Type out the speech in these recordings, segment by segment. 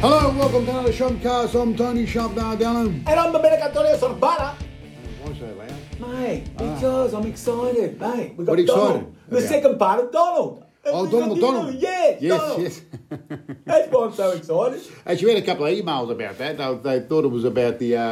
Hello, welcome to another Shopcast. I'm Tony Shop Dardanum. And I'm Domenico Antonio Sorbana. Why so loud? Mate, because I'm excited, mate. We got What are you Donald. excited The about? second part of Donald. Oh, We got Donald, the- Donald. Yeah, yes, Donald. yes. That's why I'm so excited. Actually, we had a couple of emails about that. They, they thought it was about the uh,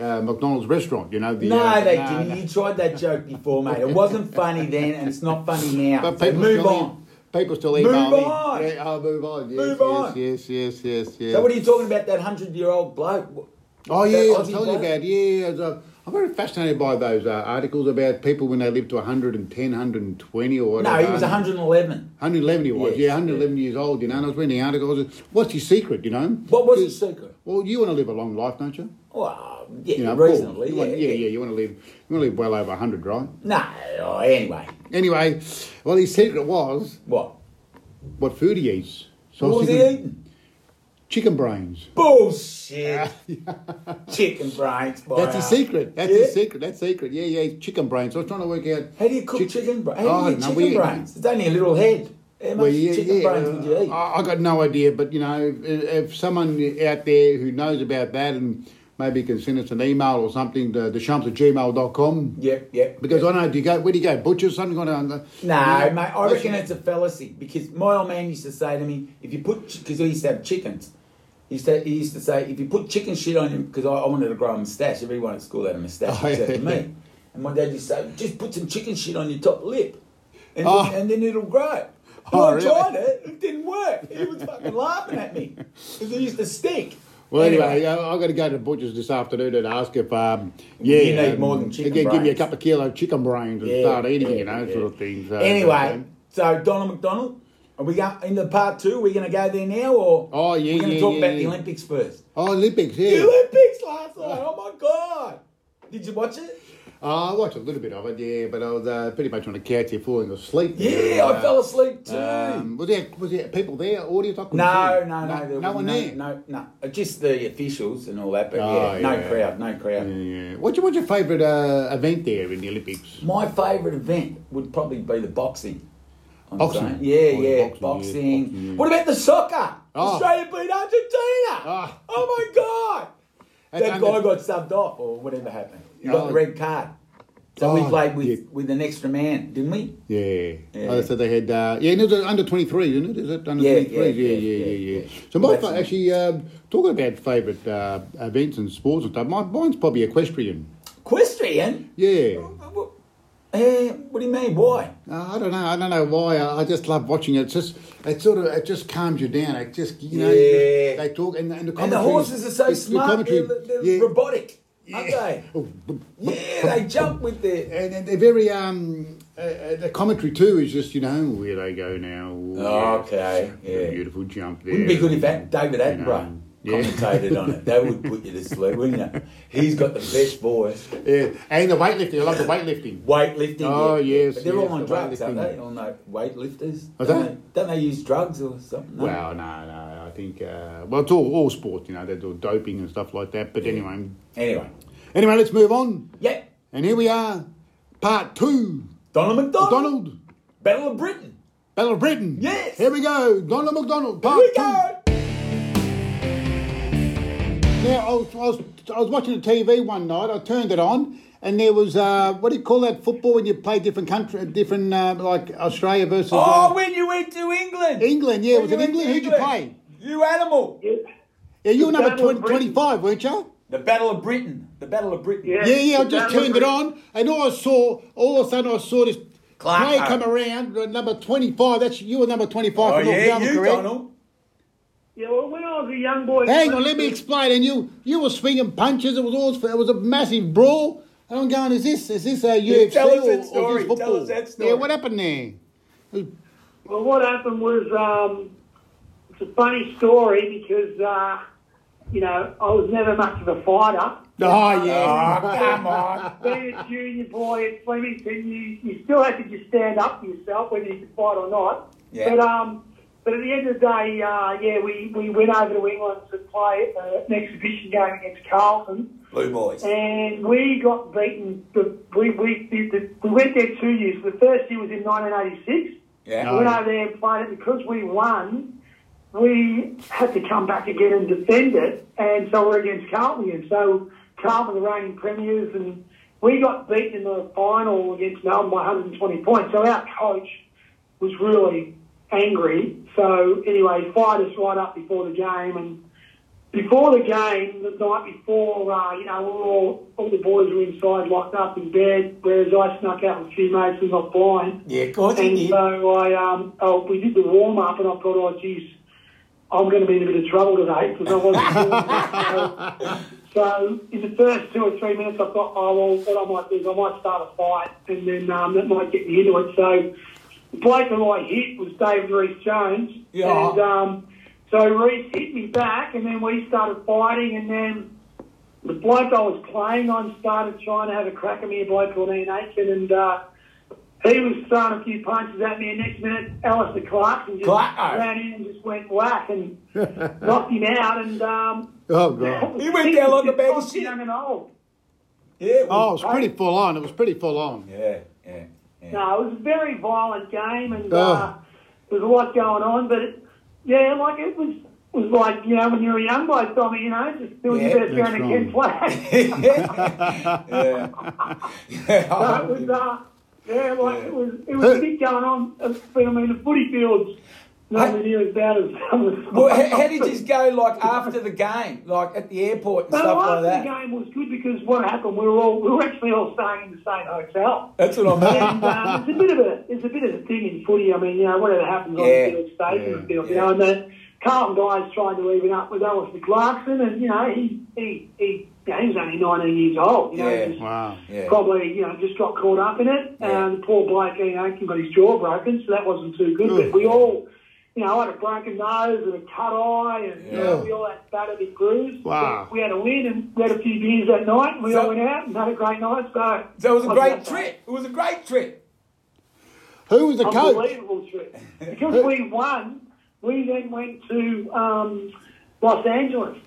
uh, McDonald's restaurant, you know. The, no, uh, they nah, didn't. nah. You tried that joke before, mate. It wasn't funny then, and it's not funny now. But So people move still on. E- people still email me. on. Yeah, I'll move on. Yes, Move yes, on. Yes, yes, yes, yes. So what are you talking about? That hundred-year-old bloke? Oh That yeah, I'll Aussie tell you bloke? about yeah. it's, uh, I'm very fascinated by those uh, articles about people when they live to 110, 120 or whatever. No, he was 111. 111 he was, Yes, yeah, 111 years old, you know, and I was reading the article, I was like, what's his secret, you know? What was his Because- secret? Well, you want to live a long life, don't you? Well, yeah, You know, reasonably. Paul, you Yeah, want- yeah, yeah, you want to live, you want to live well over 100, right? No, oh, anyway, Anyway, well, his secret was what? what food he eats. So I What was he thinking, eating? Chicken brains. Bullshit. Chicken brains, boy. That's his secret. That's Yeah. his secret. That's secret. Yeah, yeah, chicken brains. I was trying to work out. How do you cook Chick- chicken brains? Oh, How I don't do you eat know, chicken we- brains? It's only a little head. How much Well, yeah, chicken yeah. uh, brains would you eat? I, I got no idea, but you know, if, if someone out there who knows about that and maybe can send us an email or something to theshumps at gmail.com. yep, yep. Because I know, do you go, where do you go, butchers, something? I don't know. No, You know, mate, I reckon that's- it's a fallacy because my old man used to say to me, if you put, because he used to have chickens, he used to, he used to say, if you put chicken shit on him, because I, I wanted to grow a moustache, everyone at school had a moustache Oh, yeah, except for yeah. me. And my dad used to say, just put some chicken shit on your top lip and, Oh. then, and then it'll grow. And Oh, I really? tried it, it didn't work. He was fucking laughing at me because it used to stink. Well, anyway, yeah, I've got to go to butchers this afternoon and ask if, um, yeah, You need um, more than chicken they can Give me a brains. couple of kilo of chicken brains and Yeah, start eating, yeah, you know, yeah. sort of thing. So, Anyway, um, so Donald McDonald, are we going into part two? Are we going to go there now, or Oh, yeah, we're going to yeah, talk yeah, about the yeah. Olympics first? oh, Olympics, yeah. The Olympics last night. Oh my god! Did you watch it? Uh, I watched a little bit of it, yeah, but I was uh, pretty much on the couch here falling asleep. Yeah, I Uh, fell asleep too. Um, was there was there people there? Audience? I couldn't no, see. no, no, there no, was one no, there. No, no, Uh, just the officials and all that. But Oh, yeah, no yeah. crowd, no crowd. Yeah. What's your what's your favourite uh, event there in the Olympics? My favourite event would probably be the boxing. I'm Boxing? saying. Oh, Yeah, the yeah, boxing, yeah, boxing. boxing, yeah. What about the soccer? Oh. Australia beat Argentina. Ah. Oh my god! That's that under- guy got subbed off or whatever happened. He got Oh. the red card. So Oh, we played with, yeah. with an extra man, didn't we? Yeah. Yeah. Oh, so they had uh, yeah, and it was under twenty three, isn't it? Is it under Yeah, twenty three? yeah, Yeah yeah yeah, yeah, yeah, yeah, yeah. So my That's- fa- actually um, talking about favourite uh, events and sports and stuff. My, mine's probably equestrian. Equestrian? Yeah. Eh, what do you mean? Why? Uh, I don't know. I don't know why. I, I just love watching it. It's just it sort of it just calms you down. It just you know Yeah. they talk and, and the And the commentary- horses are so the- the smart, commentary- they're, they're yeah. robotic, aren't Yeah. they? Oh, b- Yeah, they jump with their. and, and they're very um uh, uh, the commentary too is just you know where they go now. Ooh, Oh, okay, yeah. beautiful jump there. Wouldn't be good if that David You know, Attenborough yeah. commentated on it. That would put you to sleep, wouldn't it? He's got the best voice. Yeah, and the weightlifting. I love the weightlifting. Weightlifting. Oh, yes, But they're yes, all on the drugs, aren't weightlifting. they? All no weightlifters. Are Don't they? Don't they use drugs or something? No. Well, no, no. I think uh, well, it's all all sport. You know, they do doping and stuff like that. But anyway, Anyway, anyway, let's move on. yeah, And here we are, part two. Donald McDonald, Donald, Battle of Britain. Battle of Britain. Yes. Here we go, Donald McDonald. Here Part we two. go. Now, I was, I, was, I was watching the TV one night. I turned it on, and there was uh, what do you call that football when you play different country, different uh, like Australia versus Oh, uh, when you went to England. England. Yeah, it was When you in went to England. Who'd you play? You animal. Yeah, you were The number Battle of 20, Britain. 25, weren't you? The Battle of Britain. The Battle of Britain. Yeah. Yeah, yeah. I The just Battle of turned it Britain. on, and all I saw, all of a sudden, I saw this Clarko. player come around, uh, number twenty-five. That's you were number twenty-five. Oh, for North yeah, Melbourne, you, correct? Donald. Yeah, well, when I was a young boy. Hang on, let me explain. And you, you were swinging punches. It was all, it was a massive brawl. And I'm going, is this, is this a UFC tell us or, that or is story. this Tell football? us that story. Yeah, what happened there? Well, what happened was um, it's a funny story because uh, you know I was never much of a fighter. Oh yeah. Oh, come on. Being a junior boy at Flemington, you, you still had to just stand up for yourself whether you could fight or not. Yeah. But um, but at the end of the day, uh, yeah, we, we went over to England to play uh, an exhibition game against Carlton. Blue boys. and we got beaten. The, we, we, the, the, we went there two years. The first year was in 1986. Yeah. We went over there and played it because we won. we had to come back again and defend it, and so we're against Carlton again. So Carlton, the reigning premiers, and we got beaten in the final against Melbourne by 120 points. So our coach was really angry. So anyway, fired us right up before the game, and before the game, the night before, uh, you know, we were all all the boys were inside, locked up in bed, whereas I snuck out with a few mates and got blind. Yeah, of course he And did. so I, um, oh, we did the warm up, and I thought, oh, geez, I'm going to be in a bit of trouble today because I wasn't. warm. so, so in the first two or three minutes, I thought, oh, well, what I might do is I might start a fight, and then um, that might get me into it. So the bloke that I hit was David Reese Jones, Yeah. and um, so Reese hit me back, and then we started fighting, and then. The bloke I was playing on started trying to have a crack at me, a bloke called Ian Aitken, and uh, he was throwing a few punches at me, and next minute, Alistair Clarkson just Clarko. ran in and just went whack and knocked him out. And um, Oh, God. He went down like a bag of Just shit. Young and old. Yeah. Oh, it well- was pretty full on. It was pretty full on. Yeah, yeah, yeah. No, it was a very violent game, and Oh. uh, there was a lot going on. But it, yeah, like it was was like you know when you're a young bloke, Tommy, you know, just doing Yeah, your best that's around a kid's flag. yeah. So it was, uh, yeah, like it was, it was a bit going on. But I mean, the footy field's nowhere near as bad as some of the well, how, how did this go? Like after the game, like at the airport and But stuff after like that. the game was good because what happened, we were all we were actually all staying in the same hotel. That's what I mean. And uh, it's a bit of a it's a bit of a thing in footy. I mean, you know, whatever happens on Yeah, the field stays in yeah, the field. You yeah. know, and the Carlton guys tried to even up with Alistair Clarkson, and you know, he he he, you know, he was only 19 years old. You know, Yeah. he was Wow. Yeah. probably you know just got caught up in it. Yeah. And poor Blake Aiken got his jaw broken, so that wasn't too good. But we all, you know, had a broken nose and a cut eye, and you know, Yeah. we all had battered and bruised. Wow. But We had a win and we had a few beers that night. And we So- all went out and had a great night. So, So it was a Wasn't great that bad. trip. It was a great trip. Who was the coach? Unbelievable trip. Because we won, we then went to um, Los Angeles.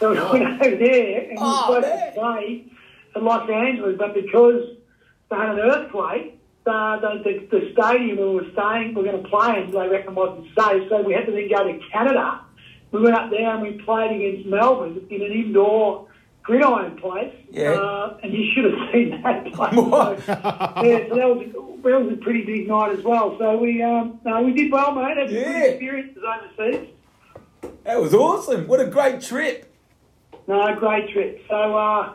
So we went over there and we Oh, were supposed man. to play in Los Angeles, but because they had an earthquake, uh, the, the, the stadium we were staying, we were going to play in, they reckon wasn't safe, so we had to then go to Canada. We went up there and we played against Melbourne in an indoor gridiron place. Yeah. Uh, and you should have seen that place. What? So- yeah, so that was, that was a pretty big night as well. So we um, no, we did well, mate. Had some good Yeah. experiences overseas. That was awesome. What a great trip. No, great trip. So uh,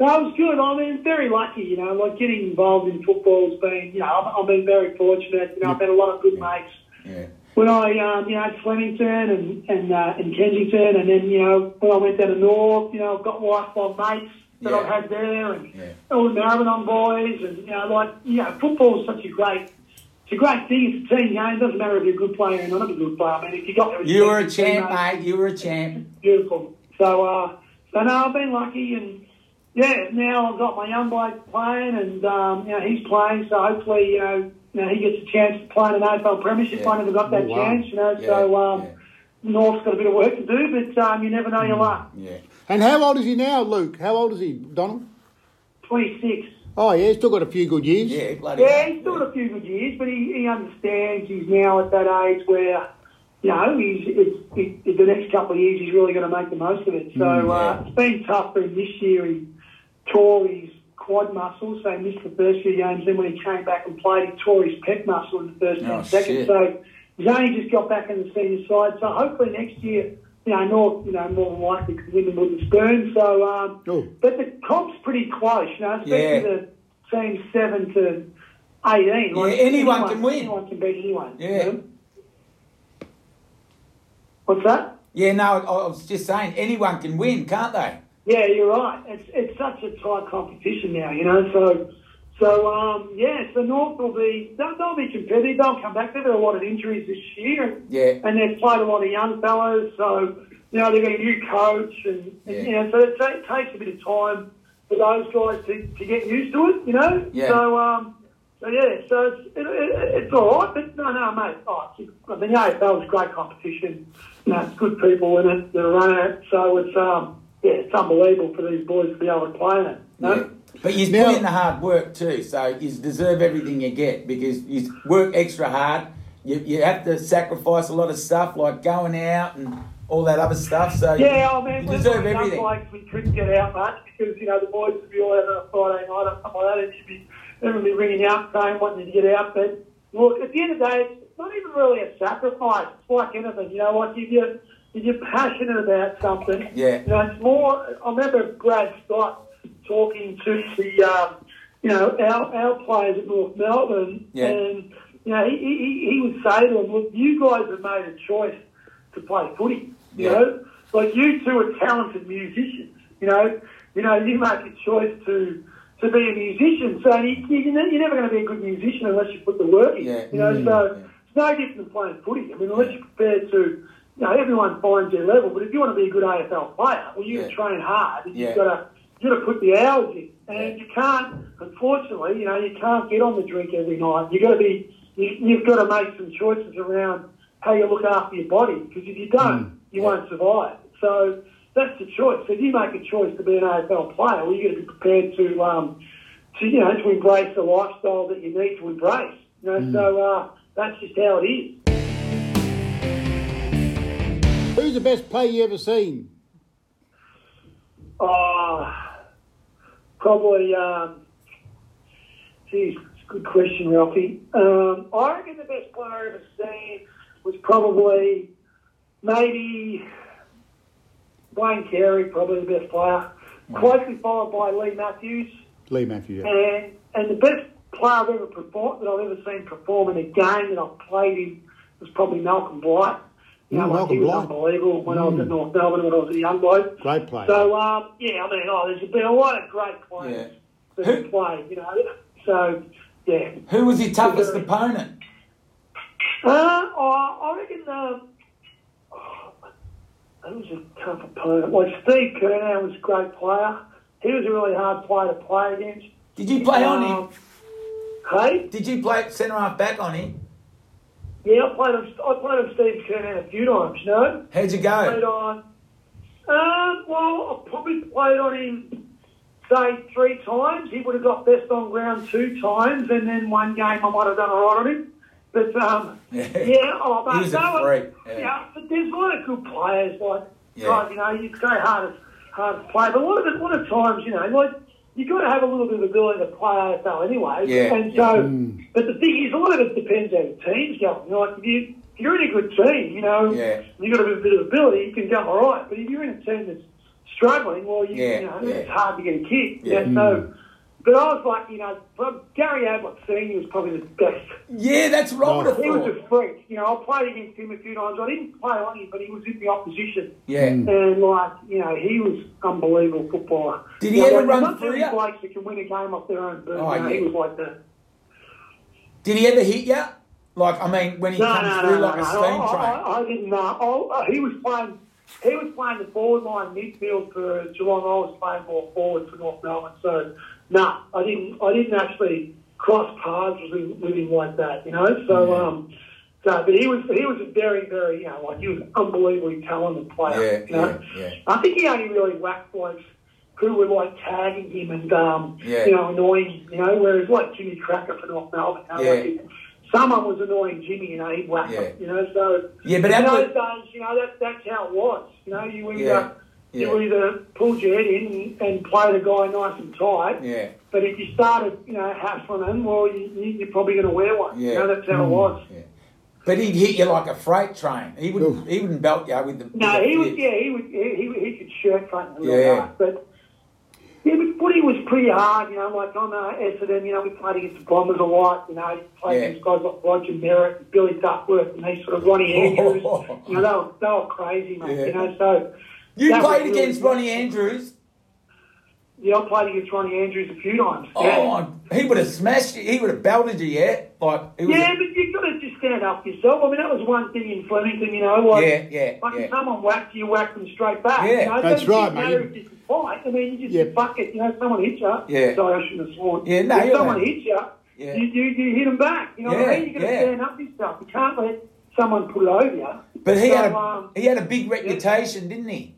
no, it was good. I mean, very lucky, you know, like getting involved in football's been, you know, I've, I've been very fortunate. You know, I've had a lot of good mates. Yeah. When I, um, you know, at Flemington and and, uh, and Kensington, and then you know when I went down to North, you know, I've got lifelong mates that Yeah. I've had there, and Yeah. all the Maribyrnong boys, and you know, like you know, football's such a great, it's a great thing. It's a team game. It doesn't matter if you're a good player or not a good player. I mean, if you got the You respect were a of the teammates, champ, mate. You were a champ. beautiful. So, uh, so no, I've been lucky, and yeah, now I've got my young bloke playing, and um, you know he's playing. So hopefully, you know, you know he gets a chance to play in an AFL Premiership. Yeah. I never got that Oh, wow. chance, you know. Yeah, So um, yeah. Mm. North's got a bit of work to do, but um, you never know your luck. Yeah. And how old is he now, Luke? How old is he, Donald? Twenty six. Oh, yeah, he's still got a few good years. Yeah. Bloody. Yeah, hell. he's still got a few good years, but he, he understands he's now at that age where, you know, he's it's, it, the next couple of years he's really going to make the most of it. So Mm, yeah. uh, it's been tough for him this year. He tore his quad muscle, so he missed the first few games. Then when he came back and played, he tore his pec muscle in the first Oh, and second. shit. So he's only just got back in the senior side. So hopefully next year, you know, North, you know, more than likely could win the Wooden Spoon. So, um, Oh. but the comp's pretty close, you know, especially Yeah. the team seven to eighteen. Yeah, anyone can win. Anyone can beat anyone. you Yeah. know? What's that? Yeah. No, I I was just saying, anyone can win, can't they? Yeah, you're right. It's it's such a tight competition now, you know. So so um, yeah, so North will be they'll, they'll be competitive. They'll come back. They've had a lot of injuries this year, Yeah. and they've played a lot of young fellows. So you know they've got a new coach, and, and you Yeah. know so it, ta- takes a bit of time for those guys to, to get used to it, you know. Yeah. So um, so yeah, so it's it, it, it's all right, but no, no, mate. Oh, it's- I mean, the AFL's great competition. You know, it's good people in it that are running it. So it's um, yeah, it's unbelievable for these boys to be able to play in it. You know? Yeah. But you Now- put in the hard work too, so you deserve everything you get because you work extra hard. you, you have to sacrifice a lot of stuff like going out and all that other stuff. So Yeah, I mean, you we deserve were young everything. blokes, we couldn't get out much because, you know, the boys would be all out on a Friday night or something like that, and you'd be, everyone would be ringing you up saying, wanting you to get out. But, look, at the end of the day, it's not even really a sacrifice. It's like anything, you know, like if you're, if you're passionate about something, Yeah. you know, it's more, I remember Brad Scott talking to the, um, you know, our, our players at North Melbourne, Yeah. and, you know, he, he, he would say to them, look, you guys have made a choice to play footy. You Yeah. know, like you two are talented musicians. You know, you know, you make a choice to to be a musician. So you, you know, you're never going to be a good musician unless you put the work in. Yeah. You know, Mm, so yeah. it's no different than playing footy. I mean, unless you're prepared to. You know, everyone finds their level, but if you want to be a good AFL player, well, you Yeah. train hard. Yeah. You've got to you got to put the hours in, and Yeah. you can't. Unfortunately, you know, you can't get on the drink every night. You got to be. You, you've got to make some choices around how you look after your body because if you don't, you Yeah. won't survive. So that's the choice. If you make a choice to be an AFL player, well, you got to be prepared to, um, to you know, to embrace the lifestyle that you need to embrace. You know, so uh, that's just how it is. Who's the best player you ever seen? Oh, probably. Um, geez, it's a good question, Ralphie. Um, I reckon the best player I ever seen was probably maybe Wayne Carey, probably the best player, closely followed by Lee Matthews, Lee Matthews. Mm. Uh, Yeah. and and the best player I've ever performed that I've ever seen perform in a game that I've played in was probably Malcolm Blight. You Mm, know, like, Malcolm he was Blight. Mm. unbelievable when I was at North Melbourne when I was a young bloke. Great player. So um, yeah, I mean, oh, there's been a lot of great players that have played, you know. So yeah, Who was your toughest opponent? uh, I, I reckon um, oh, who was a tough opponent. Well, Steve Kernow was a great player. He was a really hard player to play against. Did you play on him? Um, Hey, Did you play centre half back on him? yeah, I played on I played on Steve Kernow a few times, you know. How'd you played go? on. Um, well, I probably played on him, say, three times. He would have got best on ground two times, and then one game I might have done all right on him. But, um, Yeah. yeah, oh, but He's a no, freak, yeah. Yeah. but there's a lot of good players, like, Yeah. God, you know, you go hard as, hard to play. But a lot of, a lot of times, you know, like, you've got to have a little bit of ability to play AFL anyway. Yeah, And yeah. so, but the thing is, a lot of it depends how your team's going. Like, if you, if you're in a good team, you know, Yeah. you've got a bit- bit of ability, you can go all right. But if you're in a team that's struggling, well, you, Yeah, you know, yeah. it's hard to get a kick. Yeah. Yeah. So, but I was like, you know, prob- Gary Ablett Senior was probably the best. Yeah, that's what I would have He was thought. a freak. You know, I played against him a few times. I didn't play on him, but he was in the opposition. Yeah. And like, you know, he was unbelievable footballer. Did he You know, ever like, run not through many you? blokes that can win a game off their own boot. Oh, you know, yeah. He was like that. Did he ever hit you? Like, I mean, when he No, comes no, through no, like no, a no. Oh, steam I, train. I, I didn't know. Oh, uh, he was playing. He was playing the forward line midfield for Geelong. I was playing more forward for North Melbourne. So, no, I didn't. I didn't actually cross paths with him, with him like that. You know. So, um, so, but he was he was a very very you know like he was an unbelievably talented player. Yeah, you know? yeah, yeah. I think he only really whacked blokes who were like tagging him and um, Yeah. you know annoying. You know, whereas like Jimmy Cracker for North Melbourne, you know, Yeah. like he- someone was annoying Jimmy, you know, he'd whack Yeah. him, you know. So Yeah, but in Ablett- those days, you know, that, that's how it was. You know, you either Yeah, yeah. you either pulled your head in and played a guy nice and tight, Yeah. but if you started, you know, hassling him, well, you, you, you're probably going to wear one. Yeah. Mm. You know, that's how it was. Yeah. But he'd hit you like a freight train. He Oof. wouldn't. He wouldn't belt you with the. No, with the he was. fist. Yeah, he was. He, he, he could shirt front and all Yeah. that. But yeah, but footy was pretty hard. You know, like on uh, Essendon, you know, we played against the Bombers a lot. You know, played Yeah. against guys like Roger Merritt, Billy Duckworth, and these sort of Ronnie Andrews. you know, they were, they were crazy, mate. Yeah. You know, so You that was played really against good. Ronnie Andrews. Yeah, I played against Ronnie Andrews a few times. Oh, yeah. I- he would have smashed you. He would have belted you. Yeah, like he was Yeah, a- but you've got to just stand up for yourself. I mean, that was one thing in Flemington, you know, like, Yeah, yeah, like if yeah. someone whacked you, you whacked them straight back. Yeah, you know? It that's doesn't right, matter mate. If it's a fight. I mean, you just Yeah. fuck it, you know, if someone hits you. Yeah. Sorry, I shouldn't have sworn. Yeah, no, If you're someone right. hits you, Yeah. you, you, you hit them back. You know what Yeah, I mean? You've yeah. got to stand up for yourself. You can't let someone put it over you. But he So, had a um, he had a big reputation, didn't he?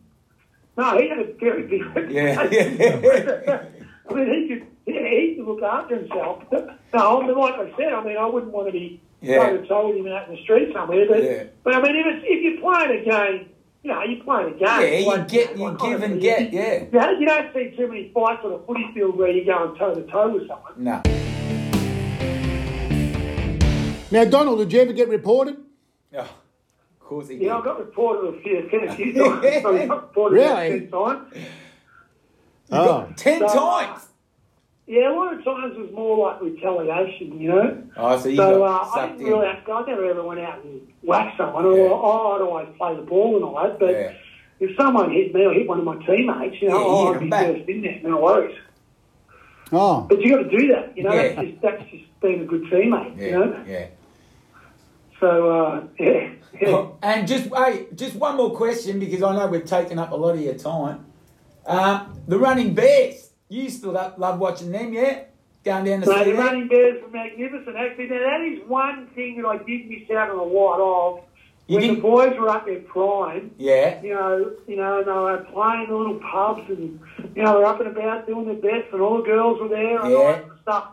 no, he had a very big Yeah, yeah. I mean, he could, yeah, he could look after himself. No, I mean, like I said, I mean, I wouldn't want to be Yeah. They would have told him out in the street somewhere. But, Yeah. but I mean, if, it's, if you're playing a game, you know, you're playing a game. Yeah, you Like- get- you like, give and honestly, get, you- yeah. You, don't- you don't see too many fights on a footy field where you're going toe to toe with someone. No. Now, Donald, did you ever get reported? Oh, of course he Yeah, I did. got reported a few, a few times. I got reported Really? a few times. Oh. Ten So- uh, times. Yeah, one of the times was more like retaliation, you know. Oh, so you So got uh, I sucked in. didn't really have to, I never ever went out and whacked someone. Or, Yeah. oh, I'd always play the ball and all that. But Yeah. if someone hit me or hit one of my teammates, you know, Yeah, you oh, hit I'd 'em be back. first in there, no worries. Oh. But you got to do that, you know. Yeah. That's, just, that's just being a good teammate, yeah, you know. yeah. So uh, yeah, yeah. Oh, and just hey, just one more question because I know we've taken up a lot of your time. Uh, the running bears. You still lo- love watching them, yeah? Going down the So the street. running bears were magnificent. Actually, now that is one thing that I did miss out on a lot of. You when the didn't- boys were up their prime, Yeah. you know, you know, and they were playing the little pubs and you know, they're up and about doing their best and all the girls were there and all Yeah. that sort of stuff.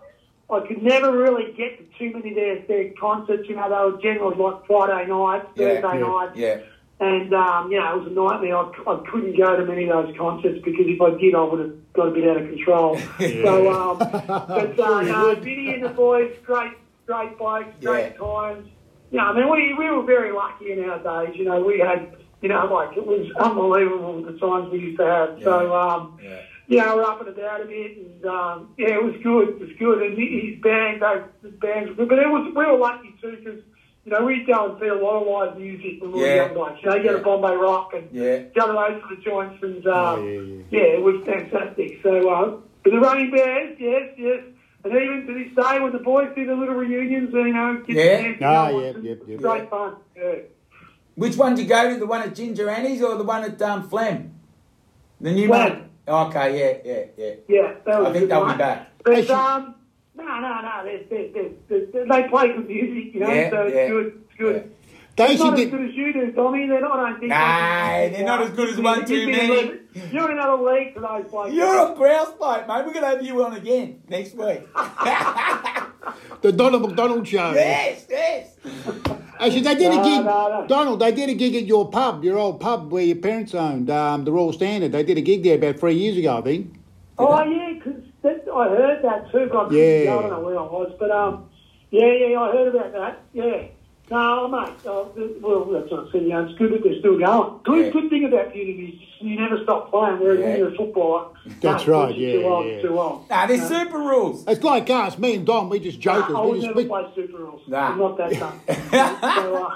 I could never really get to too many of their, their concerts, you know, they were generally like Friday night, Yeah, Thursday yeah, night. Yeah. And um, you know, it was a nightmare. I, c- I couldn't go to many of those concerts because if I did, I would have got a bit out of control. So, um, but uh, no, Vinny and the boys, great, great bikes, great Yeah. times. Yeah, I mean, we we were very lucky in our days. You know, we had, you know, like it was unbelievable the times we used to have. So, Yeah. um, Yeah. yeah, we're up and about a bit, and um, yeah, it was good. It was good, and he- his band, those his bands were good. But it was we were lucky too because you know we'd go and see a lot of live music when we Yeah. were young blokes. You know, you go Yeah. to Bombay Rock and Yeah. go to those sort of joints, and um, Oh, yeah, yeah. yeah, it was fantastic. So, uh, but the Running Bears, yes, yes. And even to this day, when the boys do the little reunions, you know, kids Yeah. dance, Ah, you know, yep, it's yep, yep. great fun. Yeah. Which one did you go to? The one at Ginger Annie's or the one at um, Flem? The new Flem. one. Okay. Yeah. Yeah. Yeah. Yeah, that was I think a good they'll be one. back. Actually- But um, no, no, no. There's, there's, there's, there's, they play good music, you know. Yeah, so it's yeah, good. It's good. They It's not should did. as good as you do, Tommy. They're not. I don't think. Nah, they do. they're not as good as one You've too been many. another- You're in another league for those blokes. You're a grouse bloke, mate. We're gonna have you on again next week. The Donald McDonald show. yes. Yes. Actually, they did a No, gig. no, no. Donald, they did a gig at your pub, your old pub where your parents owned, um, the Royal Standard. They did a gig there about three years ago, I think. Oh yeah, because I heard that too. But I, Yeah. couldn't go, I don't know where I was, but um, yeah, yeah, I heard about that. Yeah. No, mate. Oh, th- well, that's what I said. You know, it's good that they're still going. Good, Yeah. good thing about uni is you never stop playing. Whereas Yeah. when you're a footballer, That's mate, right, once yeah, you're too old, yeah. you're too old. Nah, there's super rules. It's like us, me and Don, we just jokers. I we would just, never we, play Super Rules. Nah. I'm not that dumb. so,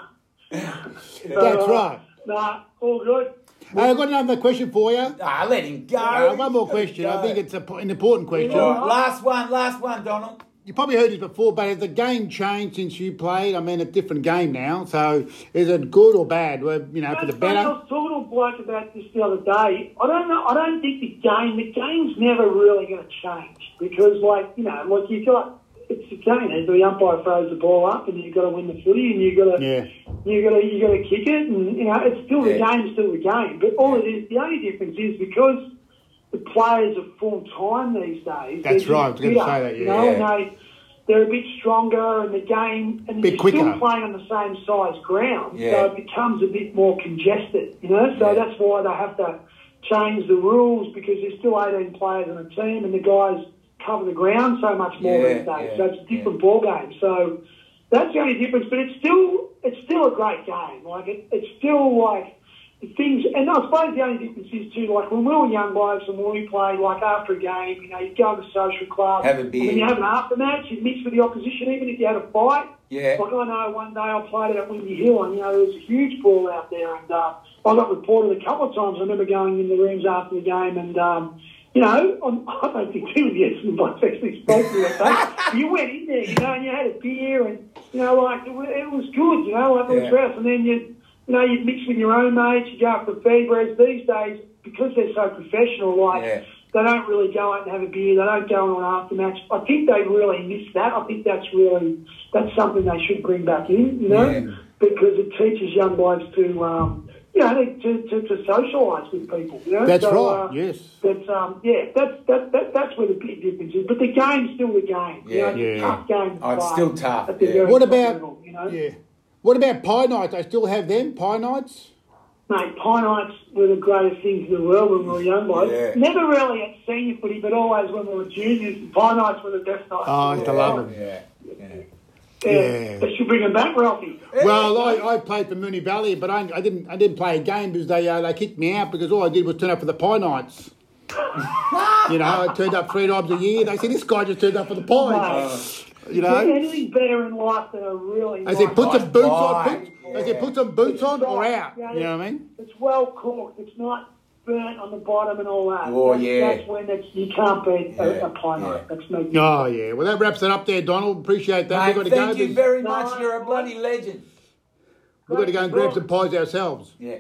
uh, that's right. Nah, all good. Hey, I've got another question for you. Ah, let him go. Uh, one more Let him question. I go. think it's a, an important question. All right, last one, last one, Donald. You probably heard this before, but has the game changed since you played? I mean, a different game now. So, is it good or bad? Well, you know, for the That's funny, I better. was talking to a bloke about this the other day. I don't know. I don't think the game. The game's never really going to change because, like you know, like you got it's the game. The umpire throws the ball up, and you've got to win the footy, and you've got to Yeah. you got to you got to kick it, and you know it's still the Yeah. game, still the game. But all it is, the only difference is because the players are full time these days. That's they're right, I was just gonna fitter, say that, you yeah. know, and they they're a bit stronger, and the game and Bit you're quicker. still playing on the same size ground, Yeah. so it becomes a bit more congested. You know, so Yeah. that's why they have to change the rules because there's still 18 players on a team, and the guys cover the ground so much more Yeah, these days. yeah, so it's a different yeah. ball game. So that's the only difference. But it's still it's still a great game. Like it, it's still like the things. And I suppose the only difference is too like when we were young blokes and when we played like after a game, you know, you go to the social club, Have a and beer. when you have an aftermatch, you mix with the opposition, even if you had a fight. Yeah. Like I know one day I played at Windy Hill and, you know, there was a huge ball out there and uh, I got reported a couple of times. I remember going in the rooms after the game and, um, you know, I'm, I don't think two of the Essendon blokes actually spoke to me that day. you went in there, you know, and you had a beer and, you know, like, it, wa- it was good, you know, like it Yeah. was dress. And then you, you know, you'd mix with your own mates, you go out for a feed, whereas these days, because they're so professional, like, Yeah. they don't really go out and have a beer. They don't go on an aftermatch. I think they really miss that. I think that's really that's something they should bring back in, you know, Yeah. because it teaches young blokes to um, you know, to, to, to socialise with people. You know? That's So, right, uh, yes. That's um, yeah. That's that, that that's where the big difference is. But the game's still the game. You Yeah. know, it's a Yeah. Tough game. to Oh, it's play still tough, at the yeah. very What top about- level, you know? Yeah. What about pie nights? They still have them, pie nights? mate, pie nights were the greatest things in the world when we were young boys. Yeah. Never really at senior footy, but always when we were juniors. Pie nights were the best nights. Oh, in the I world. love 'em. Yeah. yeah. Yeah. They should bring them back, Ralphie. Well, I, I played for Mooney Valley, but I, I didn't I didn't play a game because they uh, they kicked me out because all I did was turn up for the pie nights. you know, I turned up three times a year. They said this guy just turned up for the pies. You Is there know, anything better in life than a really? they nice said put night? some boots on. Pie. Put, They said put some boots on or out. You know what I mean? It's well cooked. It's not burnt on the bottom and all that. Oh, That's- yeah. That's when it's, you can't beat a, Yeah, a pie yeah. night. That's me. Oh yeah. Well, that wraps it up there, Donald. Appreciate that. We've Mate, got to go. thank you There's- very No, much. I- You're a bloody legend. We've got to go and grab some pies ourselves. Yeah.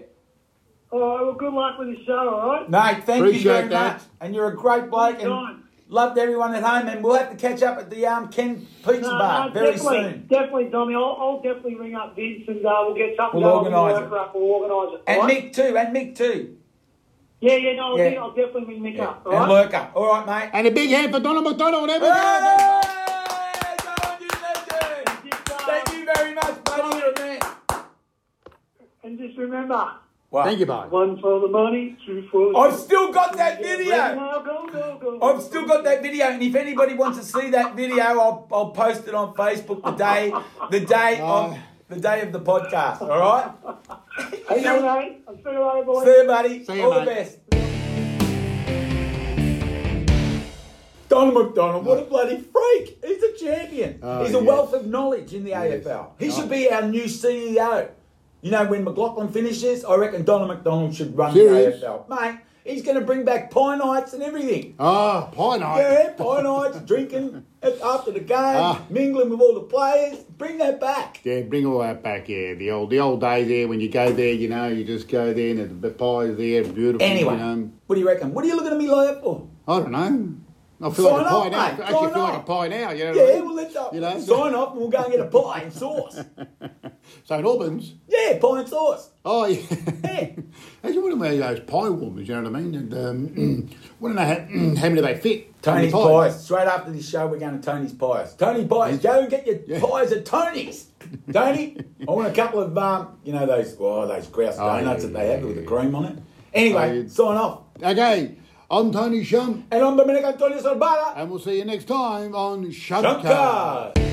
All right. Well, good luck with the show. All right. Mate, thank you Appreciate very that. much. And you're a great bloke and Time. loved everyone at home. And we'll have to catch up at the um, Ken Pizza Bar very definitely, soon. definitely, Dommy. I'll, I'll definitely ring up Vince and uh, we'll get something We'll going. organise we'll work it. up. We'll organise it. And all right? Mick too. And Mick too. Yeah, yeah, no, I'll, Yeah. Be, I'll definitely ring Nick up. All and right. Lurker. All right, mate. And a big hand for Donald McDonald. There we go. Hey, John, you legend. uh, Thank you very much, buddy. You're a man. And just remember, Wow. Thank you, bye. one for the money, two for the. I've still got that Yeah, video. now go, go, go. I've still got that video, and if anybody wants to see that video, I'll, I'll post it on Facebook the day the day of the day of the podcast. All right. Hey, mate. I'll see you later, boys. See you, buddy. See you, All the mate. best. Donald McDonald, what a bloody freak! He's a champion. Oh, He's a yes. wealth of knowledge in the AFL. He should be our new CEO. You know, when McLaughlin finishes, I reckon Donald McDonald should run Serious? the AFL. Mate, he's going to bring back pie nights and everything. Oh, pie night. Yeah, pie nights, drinking after the game, Ah. mingling with all the players. Bring that back. Yeah, bring all that back. Yeah, the old the old days there when you go there, you know, you just go there and the pie's there, beautiful. Anyway, you know. what do you reckon? What are you looking at me like that for? I don't know. I feel Sign like a pie now. off, mate. I actually Sign feel like a off. pie now. You know. what I Yeah, mean? well, let's uh, You know? sign off and we'll go and get a pie and sauce. So in Auburn's, Yeah, pie and sauce. oh yeah, Yeah. actually, one of those pie warmers. You know what I mean? And um, I don't know how, how many they fit. Tony's How many pies. Pies. Straight after this show, we're going to Tony's Pies. Tony Pies, go and get your pies at Tony's. Tony, I want a couple of, um, you know, those oh, those grouse Oh, yeah, donuts that they yeah, have with yeah, the cream on it. Anyway, Oh, yeah. sign off. Okay, I'm Tony Shum, And I'm Domenico Antonio Sorbara. and we'll see you next time on Shotcast. Shotcast.